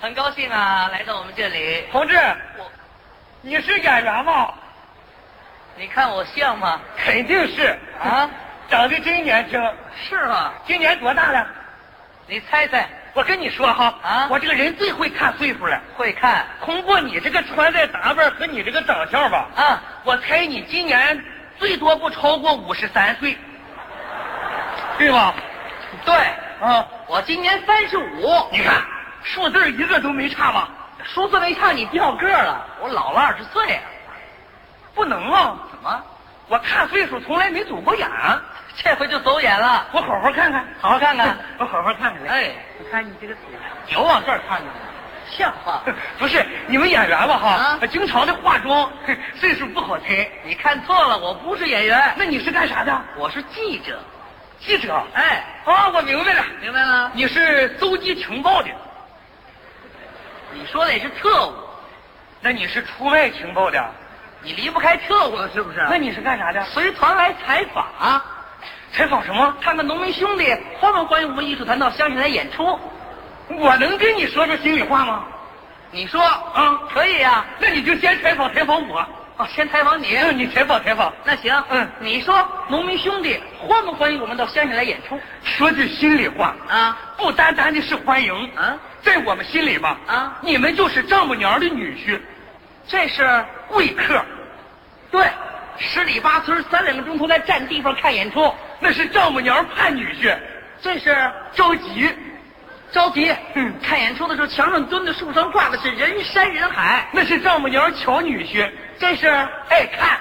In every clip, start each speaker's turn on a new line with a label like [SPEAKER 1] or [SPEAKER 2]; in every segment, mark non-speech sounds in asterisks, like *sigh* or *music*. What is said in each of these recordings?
[SPEAKER 1] 很高兴啊，来到我们这里。
[SPEAKER 2] 同志，
[SPEAKER 1] 我，
[SPEAKER 2] 你是演员吗？
[SPEAKER 1] 你看我像吗？
[SPEAKER 2] 肯定是
[SPEAKER 1] 啊，
[SPEAKER 2] 长得真年轻。
[SPEAKER 1] 是吗？
[SPEAKER 2] 今年多大了？
[SPEAKER 1] 你猜猜，
[SPEAKER 2] 我跟你说哈，
[SPEAKER 1] 啊
[SPEAKER 2] 我这个人最会看岁数了。
[SPEAKER 1] 会看
[SPEAKER 2] 通过你这个穿戴打扮和你这个长相吧，
[SPEAKER 1] 啊？
[SPEAKER 2] 我猜你今年最多不超过五十三岁，对吧？
[SPEAKER 1] 对，
[SPEAKER 2] 啊，
[SPEAKER 1] 我今年三十五，
[SPEAKER 2] 你看数字一个都没差吧？
[SPEAKER 1] 数字没差，你掉个儿了，我老了二十岁啊。
[SPEAKER 2] 不能啊，
[SPEAKER 1] 怎么？
[SPEAKER 2] 我看岁数从来没走过眼，啊
[SPEAKER 1] 这回就走眼了？
[SPEAKER 2] 我好好看看，
[SPEAKER 1] 好好看看
[SPEAKER 2] *laughs* 我好好看看。
[SPEAKER 1] 哎，
[SPEAKER 2] 你看你这个啊腿，脚往这儿看 *laughs* 着呢。
[SPEAKER 1] 像话。
[SPEAKER 2] 不是你们演员吧哈，
[SPEAKER 1] 啊
[SPEAKER 2] 经常的化妆，岁数不好猜。
[SPEAKER 1] 你看错了，我不是演员，
[SPEAKER 2] 那你是干啥的？
[SPEAKER 1] 我是记者。
[SPEAKER 2] 记者。
[SPEAKER 1] 哎，
[SPEAKER 2] 啊，我明白了，
[SPEAKER 1] 明白了？
[SPEAKER 2] 你是搜集情报的，
[SPEAKER 1] 你说的也是特务，
[SPEAKER 2] 那你是出卖情报的，
[SPEAKER 1] 你离不开特务了，是不是？
[SPEAKER 2] 啊那你是干啥的？
[SPEAKER 1] 随团来采访啊，
[SPEAKER 2] 采访什么？
[SPEAKER 1] 看看农民兄弟欢不欢迎我们艺术团到乡下来演出。
[SPEAKER 2] 我能跟你说说心里话吗？
[SPEAKER 1] 你说啊，
[SPEAKER 2] 啊，
[SPEAKER 1] 可以呀、
[SPEAKER 2] 那你就先采访采访我，嗯
[SPEAKER 1] 哦，先采访你。
[SPEAKER 2] 你采访采访。
[SPEAKER 1] 那行，
[SPEAKER 2] 嗯
[SPEAKER 1] 你说农民兄弟欢不欢迎我们到乡下来演出
[SPEAKER 2] 说句心里话，
[SPEAKER 1] 啊？
[SPEAKER 2] 不单单的是欢迎，
[SPEAKER 1] 啊，
[SPEAKER 2] 在我们心里吧，
[SPEAKER 1] 啊
[SPEAKER 2] 你们就是丈母娘的女婿，
[SPEAKER 1] 这是
[SPEAKER 2] 贵客，
[SPEAKER 1] 对，十里八村三两个钟头来占地方看演出，
[SPEAKER 2] 那是丈母娘盼女婿，
[SPEAKER 1] 这是
[SPEAKER 2] 着急。
[SPEAKER 1] 着急。
[SPEAKER 2] 嗯
[SPEAKER 1] 看演出的时候墙上蹲的，树上挂的是人山人海，
[SPEAKER 2] 那是丈母娘瞧女婿，
[SPEAKER 1] 这是爱看，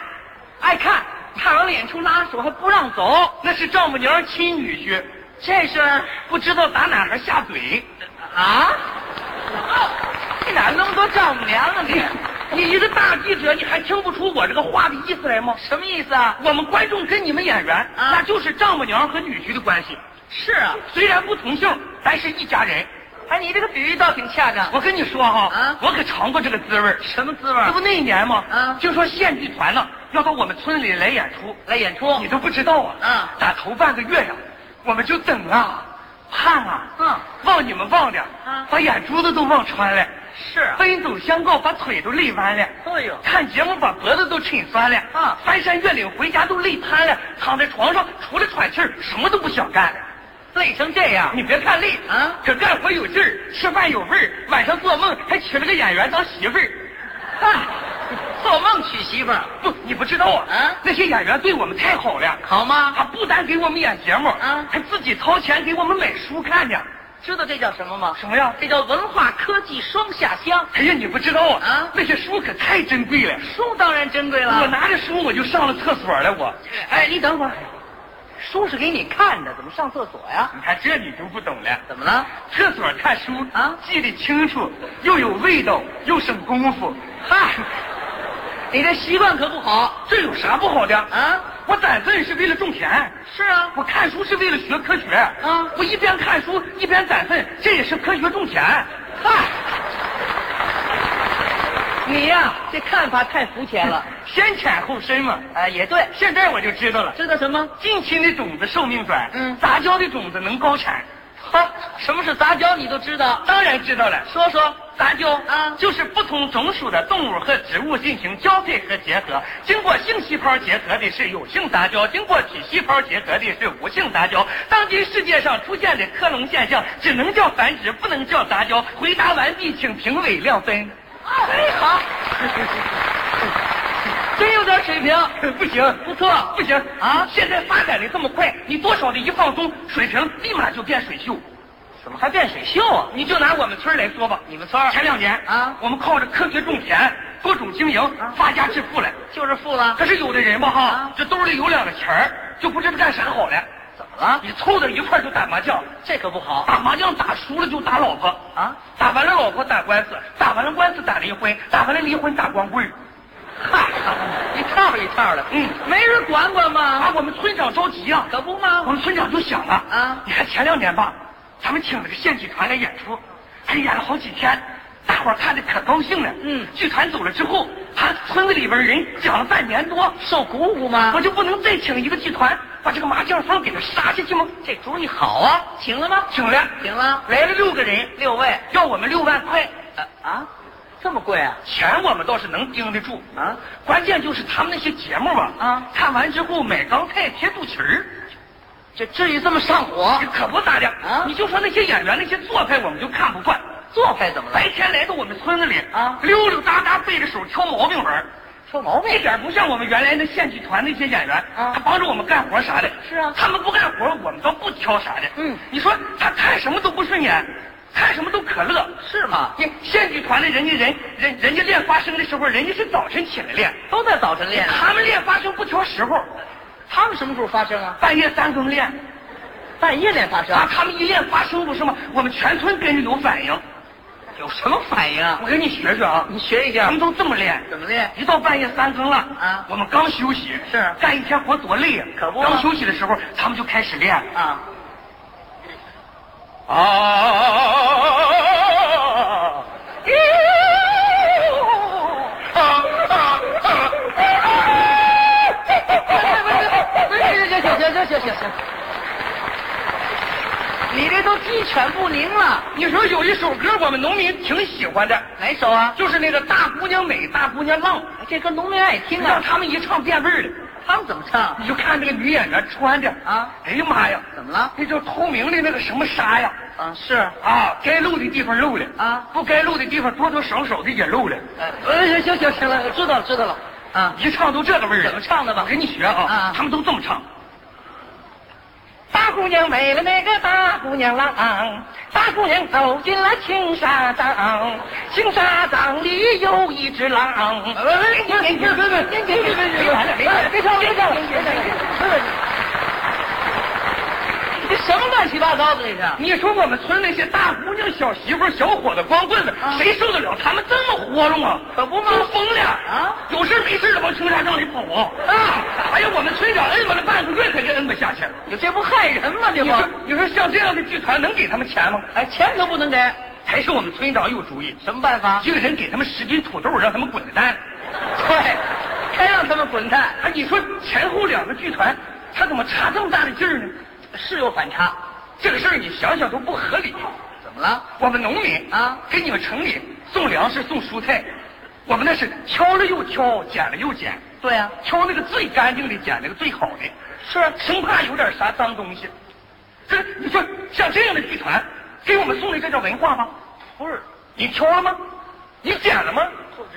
[SPEAKER 1] 爱看。看完了演出拉手还不让走，
[SPEAKER 2] 那是丈母娘亲女婿，
[SPEAKER 1] 这是
[SPEAKER 2] 不知道打哪孩下嘴。
[SPEAKER 1] 啊？你哪那么多丈母娘啊你？
[SPEAKER 2] 你一个大记者，你还听不出我这个话的意思来吗？
[SPEAKER 1] 什么意思啊？
[SPEAKER 2] 我们观众跟你们演员，
[SPEAKER 1] 啊
[SPEAKER 2] 那就是丈母娘和女婿的关系。
[SPEAKER 1] 是啊，
[SPEAKER 2] 虽然不同姓，咱是一家人。
[SPEAKER 1] 哎，你这个比喻倒挺恰当。
[SPEAKER 2] 我跟你说哈，
[SPEAKER 1] 啊
[SPEAKER 2] 我可尝过这个滋味儿
[SPEAKER 1] 什么滋味
[SPEAKER 2] 这不那一年吗？
[SPEAKER 1] 啊
[SPEAKER 2] 听说县剧团呢要到我们村里来演出，
[SPEAKER 1] 来演出
[SPEAKER 2] 你都不知道啊。
[SPEAKER 1] 哦啊
[SPEAKER 2] 打头半个月呀、我们就等啊，盼啊，
[SPEAKER 1] 嗯，
[SPEAKER 2] 望你们望的，
[SPEAKER 1] 啊
[SPEAKER 2] 把眼珠子都望穿了，
[SPEAKER 1] 是啊。
[SPEAKER 2] 奔走相告，把腿都累弯了。
[SPEAKER 1] 哎呦，
[SPEAKER 2] 看节目把脖子都抻酸了
[SPEAKER 1] 啊
[SPEAKER 2] 翻山越岭回家都累瘫了，躺在床上除了喘气儿什么都不想干了。
[SPEAKER 1] 累成这样，
[SPEAKER 2] 你别看累
[SPEAKER 1] 啊
[SPEAKER 2] 可干活有劲儿，吃饭有味儿，晚上做梦还娶了个演员当媳妇儿。 *laughs*
[SPEAKER 1] 嗨，做梦娶媳妇儿，
[SPEAKER 2] 不，你不知道啊，
[SPEAKER 1] 啊
[SPEAKER 2] 那些演员对我们太好了，
[SPEAKER 1] 好吗？
[SPEAKER 2] 他不单给我们演节目，
[SPEAKER 1] 啊
[SPEAKER 2] 还自己掏钱给我们买书看呢。
[SPEAKER 1] 知道这叫什么吗？
[SPEAKER 2] 什么呀？
[SPEAKER 1] 这叫文化科技双下乡。
[SPEAKER 2] 哎呀，你不知道啊，
[SPEAKER 1] 啊
[SPEAKER 2] 那些书可太珍贵了。
[SPEAKER 1] 书当然珍贵
[SPEAKER 2] 我
[SPEAKER 1] 了。
[SPEAKER 2] 拿着书我就上了厕所了，我。
[SPEAKER 1] 哎，你等会儿，书是给你看的，怎么上厕所呀？
[SPEAKER 2] 你看这你就不懂了。
[SPEAKER 1] 怎么了？
[SPEAKER 2] 厕所看书
[SPEAKER 1] 啊
[SPEAKER 2] 记得清楚，又有味道，又省功夫。
[SPEAKER 1] 嗨，你这习惯可不好
[SPEAKER 2] 这有啥不好的？
[SPEAKER 1] 啊！
[SPEAKER 2] 我攒字是为了种钱，
[SPEAKER 1] 是啊，
[SPEAKER 2] 我看书是为了学科学。
[SPEAKER 1] 啊
[SPEAKER 2] 我一边看书一边攒字，这也是科学种钱。
[SPEAKER 1] 嗨， *laughs* 你呀、这看法太肤浅 *laughs* 了。
[SPEAKER 2] 先浅后深嘛。
[SPEAKER 1] 哎，也对，
[SPEAKER 2] 现在我就知道了，
[SPEAKER 1] 知道什么？
[SPEAKER 2] 近亲的种子寿命短，
[SPEAKER 1] 嗯
[SPEAKER 2] 杂交的种子能高产。
[SPEAKER 1] 哈，什么是杂交，你都知道。
[SPEAKER 2] 当然知道了，
[SPEAKER 1] 说说，
[SPEAKER 2] 杂交
[SPEAKER 1] 啊
[SPEAKER 2] 就是不同种属的动物和植物进行交配和结合，经过性细胞结合的是有性杂交，经过体细胞结合的是无性杂交。当今世界上出现的克隆现象，只能叫繁殖，不能叫杂交。回答完毕，请评委亮分。 *laughs*
[SPEAKER 1] 哎，好， *laughs* 真有点水平，
[SPEAKER 2] 不行，
[SPEAKER 1] 不错。
[SPEAKER 2] 不行
[SPEAKER 1] 啊
[SPEAKER 2] 现在发展的这么快，你多少的一放松，水平立马就变水袖。
[SPEAKER 1] 怎么还变水袖啊？
[SPEAKER 2] 你就拿我们村儿来说吧，
[SPEAKER 1] 你们村儿
[SPEAKER 2] 前两年
[SPEAKER 1] 啊
[SPEAKER 2] 我们靠着科学种田、播种经营发家致富了。
[SPEAKER 1] 就是富了。
[SPEAKER 2] 可是有的人吧哈
[SPEAKER 1] 啊，
[SPEAKER 2] 这兜里有两个钱儿，就不知道干啥好了。
[SPEAKER 1] *laughs* 怎么了？
[SPEAKER 2] 你凑到一块儿就打麻将，
[SPEAKER 1] 这可不好
[SPEAKER 2] 打麻将打输了就打老婆
[SPEAKER 1] 啊！
[SPEAKER 2] 打完了老婆打官司，打完了官司打离婚，打完了离婚打光棍儿。
[SPEAKER 1] 嗨，一套一套的，
[SPEAKER 2] 嗯，
[SPEAKER 1] 没人管管吗？
[SPEAKER 2] 啊，我们村长着急啊，
[SPEAKER 1] 可不
[SPEAKER 2] 我
[SPEAKER 1] 吗？
[SPEAKER 2] 们村长就想了
[SPEAKER 1] 啊
[SPEAKER 2] 你看前两年吧，咱们请了个县剧团来演出，还演了好几天，大伙儿看的可高兴了。
[SPEAKER 1] 嗯
[SPEAKER 2] 剧团走了之后，他村子里边人讲了半年多，
[SPEAKER 1] 啊受鼓舞吗
[SPEAKER 2] 我？就不能再请一个剧团
[SPEAKER 1] 把这个麻将风给它杀下去吗？
[SPEAKER 2] 这主意好啊，
[SPEAKER 1] 请了吗？
[SPEAKER 2] 请了，
[SPEAKER 1] 请了
[SPEAKER 2] 来了六个人，
[SPEAKER 1] 六位
[SPEAKER 2] 要我们六万块，
[SPEAKER 1] 呃啊，这么贵啊？
[SPEAKER 2] 钱我们倒是能盯得住
[SPEAKER 1] 啊。
[SPEAKER 2] 关键就是他们那些节目吧，
[SPEAKER 1] 啊
[SPEAKER 2] 看完之后买钢菜贴肚脐儿，
[SPEAKER 1] 这至于这么上火
[SPEAKER 2] 这可不咋的
[SPEAKER 1] 啊
[SPEAKER 2] 你就说那些演员那些做派，我们就看不惯。
[SPEAKER 1] 做派怎么了？
[SPEAKER 2] 白天来到我们村子里
[SPEAKER 1] 啊
[SPEAKER 2] 溜溜达达背着手挑毛病玩儿，
[SPEAKER 1] 说毛
[SPEAKER 2] 一点不像我们原来那县剧团那些演员，
[SPEAKER 1] 啊
[SPEAKER 2] 他帮着我们干活啥的。
[SPEAKER 1] 是啊
[SPEAKER 2] 他们不干活，我们倒不挑啥的。
[SPEAKER 1] 嗯
[SPEAKER 2] 你说他看什么都不顺眼，看什么都可乐。
[SPEAKER 1] 是吗？
[SPEAKER 2] 你县剧团的人家人人人家练发声的时候，人家是早晨起来练，
[SPEAKER 1] 都在早晨练啊。
[SPEAKER 2] 他们练发声不挑时候，
[SPEAKER 1] 他们什么时候发生啊？
[SPEAKER 2] 半夜三更练。
[SPEAKER 1] 半夜练发生
[SPEAKER 2] 啊，他们一练发声不是吗？我们全村跟着有反应。
[SPEAKER 1] 有什么反应啊
[SPEAKER 2] 我？跟你学学啊，
[SPEAKER 1] 你学一
[SPEAKER 2] 他
[SPEAKER 1] 下
[SPEAKER 2] 们。都这么练。
[SPEAKER 1] 怎么练？
[SPEAKER 2] 一到半夜三更了，
[SPEAKER 1] 啊
[SPEAKER 2] 我们刚休息，
[SPEAKER 1] 是
[SPEAKER 2] 干一天活多累呀、
[SPEAKER 1] 可不嘛
[SPEAKER 2] 刚休息的时候，他们就开始练。
[SPEAKER 1] 啊，
[SPEAKER 2] 啊！
[SPEAKER 1] 哎
[SPEAKER 2] 哎啊啊
[SPEAKER 1] 行行行行行行行行，你这都鸡犬不宁了，
[SPEAKER 2] 你说有一首歌我们农民挺喜欢的，
[SPEAKER 1] 哪首啊？
[SPEAKER 2] 就是那个“大姑娘美，大姑娘浪
[SPEAKER 1] 哎这歌农民爱”，听
[SPEAKER 2] 让
[SPEAKER 1] 啊，
[SPEAKER 2] 他们一唱变味儿的。
[SPEAKER 1] 他们怎么唱？
[SPEAKER 2] 你就看这个女演员穿的
[SPEAKER 1] 啊
[SPEAKER 2] 哎呀妈呀，
[SPEAKER 1] 怎么了？
[SPEAKER 2] 那叫透明的那个什么纱呀，
[SPEAKER 1] 啊，是。
[SPEAKER 2] 啊，该露的地方露了
[SPEAKER 1] 啊
[SPEAKER 2] 不该露的地方多多少少的也露了。
[SPEAKER 1] 呃，行行行行了，知道了知道了。啊，
[SPEAKER 2] 一唱都这个味儿，
[SPEAKER 1] 怎么唱的吧
[SPEAKER 2] 我跟你学啊，
[SPEAKER 1] 啊
[SPEAKER 2] 他们都这么唱。
[SPEAKER 1] 大姑娘美了那个大姑娘郎，大姑娘走进了青纱帐，青纱帐里有一只狼。别别别别别别别别别别唱了别唱了别唱了！这什么乱七八糟的这是？
[SPEAKER 2] 你说我们村那些大姑娘、小媳妇儿、小伙子、光棍子，
[SPEAKER 1] 啊
[SPEAKER 2] 谁受得了他们这么活动啊？
[SPEAKER 1] 可不嘛
[SPEAKER 2] 都疯了
[SPEAKER 1] 啊！
[SPEAKER 2] 有事没事的往青纱帐里跑
[SPEAKER 1] 啊
[SPEAKER 2] 哎呀，我们村长摁我了半个月，可是摁不下去。
[SPEAKER 1] 你这不害人吗？这
[SPEAKER 2] 你
[SPEAKER 1] 不，
[SPEAKER 2] 说，你说像这样的剧团能给他们钱吗？
[SPEAKER 1] 哎，钱都不能给，
[SPEAKER 2] 还是我们村长有主意，
[SPEAKER 1] 什么办法？
[SPEAKER 2] 一个人给他们十斤土豆，让他们滚蛋。
[SPEAKER 1] 对，该让他们滚蛋，
[SPEAKER 2] 哎，你说前后两个剧团，他怎么差这么大的劲儿呢？
[SPEAKER 1] 是有反差。
[SPEAKER 2] 这个事儿你想想都不合理。
[SPEAKER 1] 怎么了？
[SPEAKER 2] 我们农民
[SPEAKER 1] 啊
[SPEAKER 2] 给你们城里送粮食、送蔬菜，我们那是挑了又挑，捡了又捡，
[SPEAKER 1] 对呀、
[SPEAKER 2] 挑那个最干净的，捡那个最好的，
[SPEAKER 1] 是
[SPEAKER 2] 生怕有点啥脏东西。这你说像这样的剧团给我们送的，这叫文化吗？
[SPEAKER 1] 不是？
[SPEAKER 2] 你挑了吗？你捡了吗？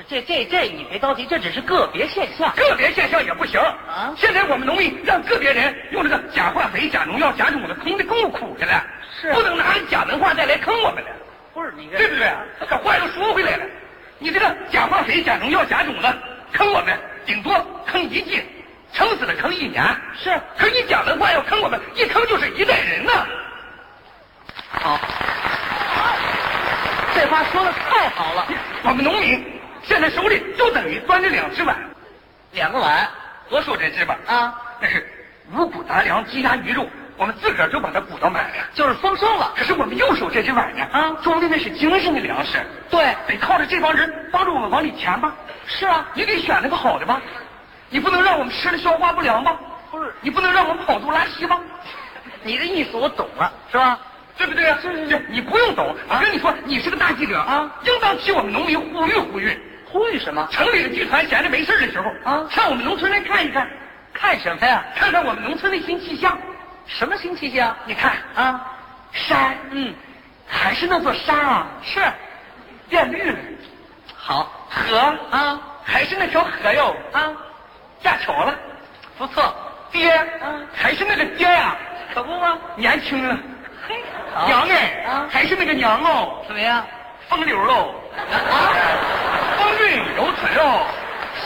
[SPEAKER 1] 这这这，你别着急，这只是个别现象。
[SPEAKER 2] 个别现象也不行
[SPEAKER 1] 啊
[SPEAKER 2] 现在我们农民让个别人用这个假化肥、假农药、假种子，坑的够苦的了，
[SPEAKER 1] 是
[SPEAKER 2] 不能拿假文化再来坑我们了。
[SPEAKER 1] 不是啊你这
[SPEAKER 2] 对不对？把话又说回来了，你这个假化肥、假农药、假种子坑我们，顶多坑一季，撑死了坑一年。
[SPEAKER 1] 是
[SPEAKER 2] 可是你假文化要坑我们，一坑就是一代人呐。
[SPEAKER 1] 好，这话说的太好了。
[SPEAKER 2] 我们农民现在手里就等于端着两只碗，
[SPEAKER 1] 两个碗
[SPEAKER 2] 左手这只碗，
[SPEAKER 1] 啊，
[SPEAKER 2] 那是五谷杂粮、鸡鸭鱼肉，我们自个儿就把它鼓捣满了。
[SPEAKER 1] 就是丰收了。
[SPEAKER 2] 可是我们右手这只碗呢，
[SPEAKER 1] 啊
[SPEAKER 2] 装的那是精神的粮食，
[SPEAKER 1] 对，
[SPEAKER 2] 得靠着这帮人帮助我们往里填吧。
[SPEAKER 1] 是啊，
[SPEAKER 2] 你得选那个好的吧，你不能让我们吃了消化不良吧，
[SPEAKER 1] 不是
[SPEAKER 2] 你不能让我们跑肚拉稀吧，
[SPEAKER 1] 你的意思我懂了，是吧？
[SPEAKER 2] 对不对啊？是是是，你不用懂，我跟你说，你是个大记者
[SPEAKER 1] 啊
[SPEAKER 2] 应当替我们农民呼吁呼吁。
[SPEAKER 1] 呼吁什么？
[SPEAKER 2] 城里的剧团闲着没事儿的时候
[SPEAKER 1] 啊
[SPEAKER 2] 上我们农村来看一看，
[SPEAKER 1] 看什么呀？
[SPEAKER 2] 看看我们农村的新气象。
[SPEAKER 1] 什么新气象？
[SPEAKER 2] 你看，
[SPEAKER 1] 啊，
[SPEAKER 2] 山
[SPEAKER 1] 嗯，
[SPEAKER 2] 还是那座山啊，
[SPEAKER 1] 是，
[SPEAKER 2] 变绿了；
[SPEAKER 1] 好
[SPEAKER 2] 河
[SPEAKER 1] 啊
[SPEAKER 2] 还是那条河哟，
[SPEAKER 1] 啊，
[SPEAKER 2] 架桥了；
[SPEAKER 1] 不错，
[SPEAKER 2] 爹
[SPEAKER 1] 嗯
[SPEAKER 2] 还是那个爹呀、
[SPEAKER 1] 可不吗？
[SPEAKER 2] 年轻了。
[SPEAKER 1] 嘿，
[SPEAKER 2] 娘哎，
[SPEAKER 1] 啊
[SPEAKER 2] 还是那个娘哦，
[SPEAKER 1] 怎么样？
[SPEAKER 2] 风流喽，
[SPEAKER 1] 啊，
[SPEAKER 2] 风韵柔唇哦，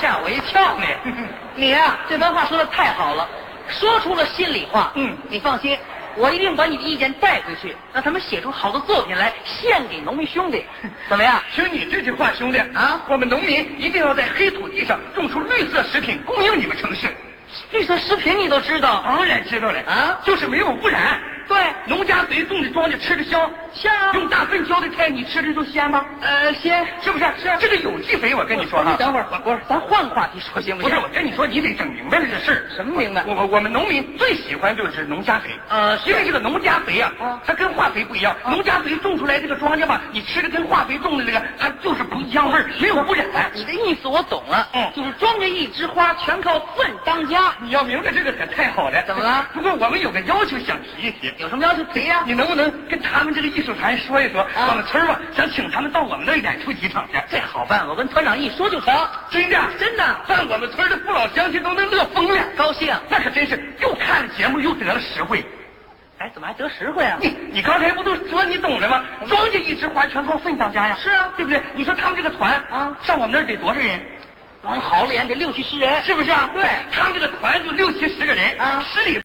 [SPEAKER 1] 吓我一跳呢！ *clears throat* 你呀、这番话说的太好了，说出了心里话。
[SPEAKER 2] 嗯
[SPEAKER 1] 你放心，我一定把你的意见带回去，让他们写出好的作品来献给农民兄弟，怎么样？
[SPEAKER 2] 听你这句话，兄弟
[SPEAKER 1] 啊
[SPEAKER 2] 我们农民一定要在黑土地上种出绿色食品，供应你们城市。
[SPEAKER 1] 绿色食品你都知道，
[SPEAKER 2] 当然知道了
[SPEAKER 1] 啊
[SPEAKER 2] 就是没有污染。
[SPEAKER 1] 对，
[SPEAKER 2] 农家嘴种的庄稼吃的香，
[SPEAKER 1] 香啊
[SPEAKER 2] 用大粪浇的菜，你吃着就鲜吗？
[SPEAKER 1] 呃，先
[SPEAKER 2] 是不是？是，这是有机肥，我跟你说哈啊
[SPEAKER 1] 你。等会儿，不是，咱换个话题说行不
[SPEAKER 2] 不是，
[SPEAKER 1] 行？
[SPEAKER 2] 我跟你说，你得整明白了这事儿。
[SPEAKER 1] 什么明白
[SPEAKER 2] 我我我们农民最喜欢就是农家肥，
[SPEAKER 1] 呃是
[SPEAKER 2] 因为这个农家肥啊，
[SPEAKER 1] 啊
[SPEAKER 2] 它跟化肥不一样。农家肥种出来这个庄稼吧，你吃的跟化肥种的这个，它就是不一样味儿，没有污染。
[SPEAKER 1] 你的意思我懂了，
[SPEAKER 2] 嗯
[SPEAKER 1] 就是庄稼一枝花，全靠粪当家。
[SPEAKER 2] 你要明白这个可太好了。
[SPEAKER 1] 怎么了
[SPEAKER 2] 不过我们有个要求想提一提。
[SPEAKER 1] 有什么要求提呀、
[SPEAKER 2] 你能不能跟他们这个艺术团说一说？
[SPEAKER 1] 啊
[SPEAKER 2] 我们村儿吧，想请他们到我们那儿演出几场去。
[SPEAKER 1] 这好办，我跟团长一说就成。
[SPEAKER 2] 真的，
[SPEAKER 1] 真的
[SPEAKER 2] 让我们村儿的父老乡亲都能乐疯了。
[SPEAKER 1] 高兴，
[SPEAKER 2] 那可真是又看了节目又得了实惠。
[SPEAKER 1] 哎，怎么还得实惠啊？
[SPEAKER 2] 你你刚才不都说你懂了吗？庄稼一枝花，全靠粪当家呀。
[SPEAKER 1] 嗯是啊
[SPEAKER 2] 对不对？你说他们这个团
[SPEAKER 1] 啊
[SPEAKER 2] 上我们那儿得多少人？
[SPEAKER 1] 往好脸得六七十人。
[SPEAKER 2] 是不是啊？
[SPEAKER 1] 对
[SPEAKER 2] 他们这个团就六七十个人，
[SPEAKER 1] 啊
[SPEAKER 2] 十里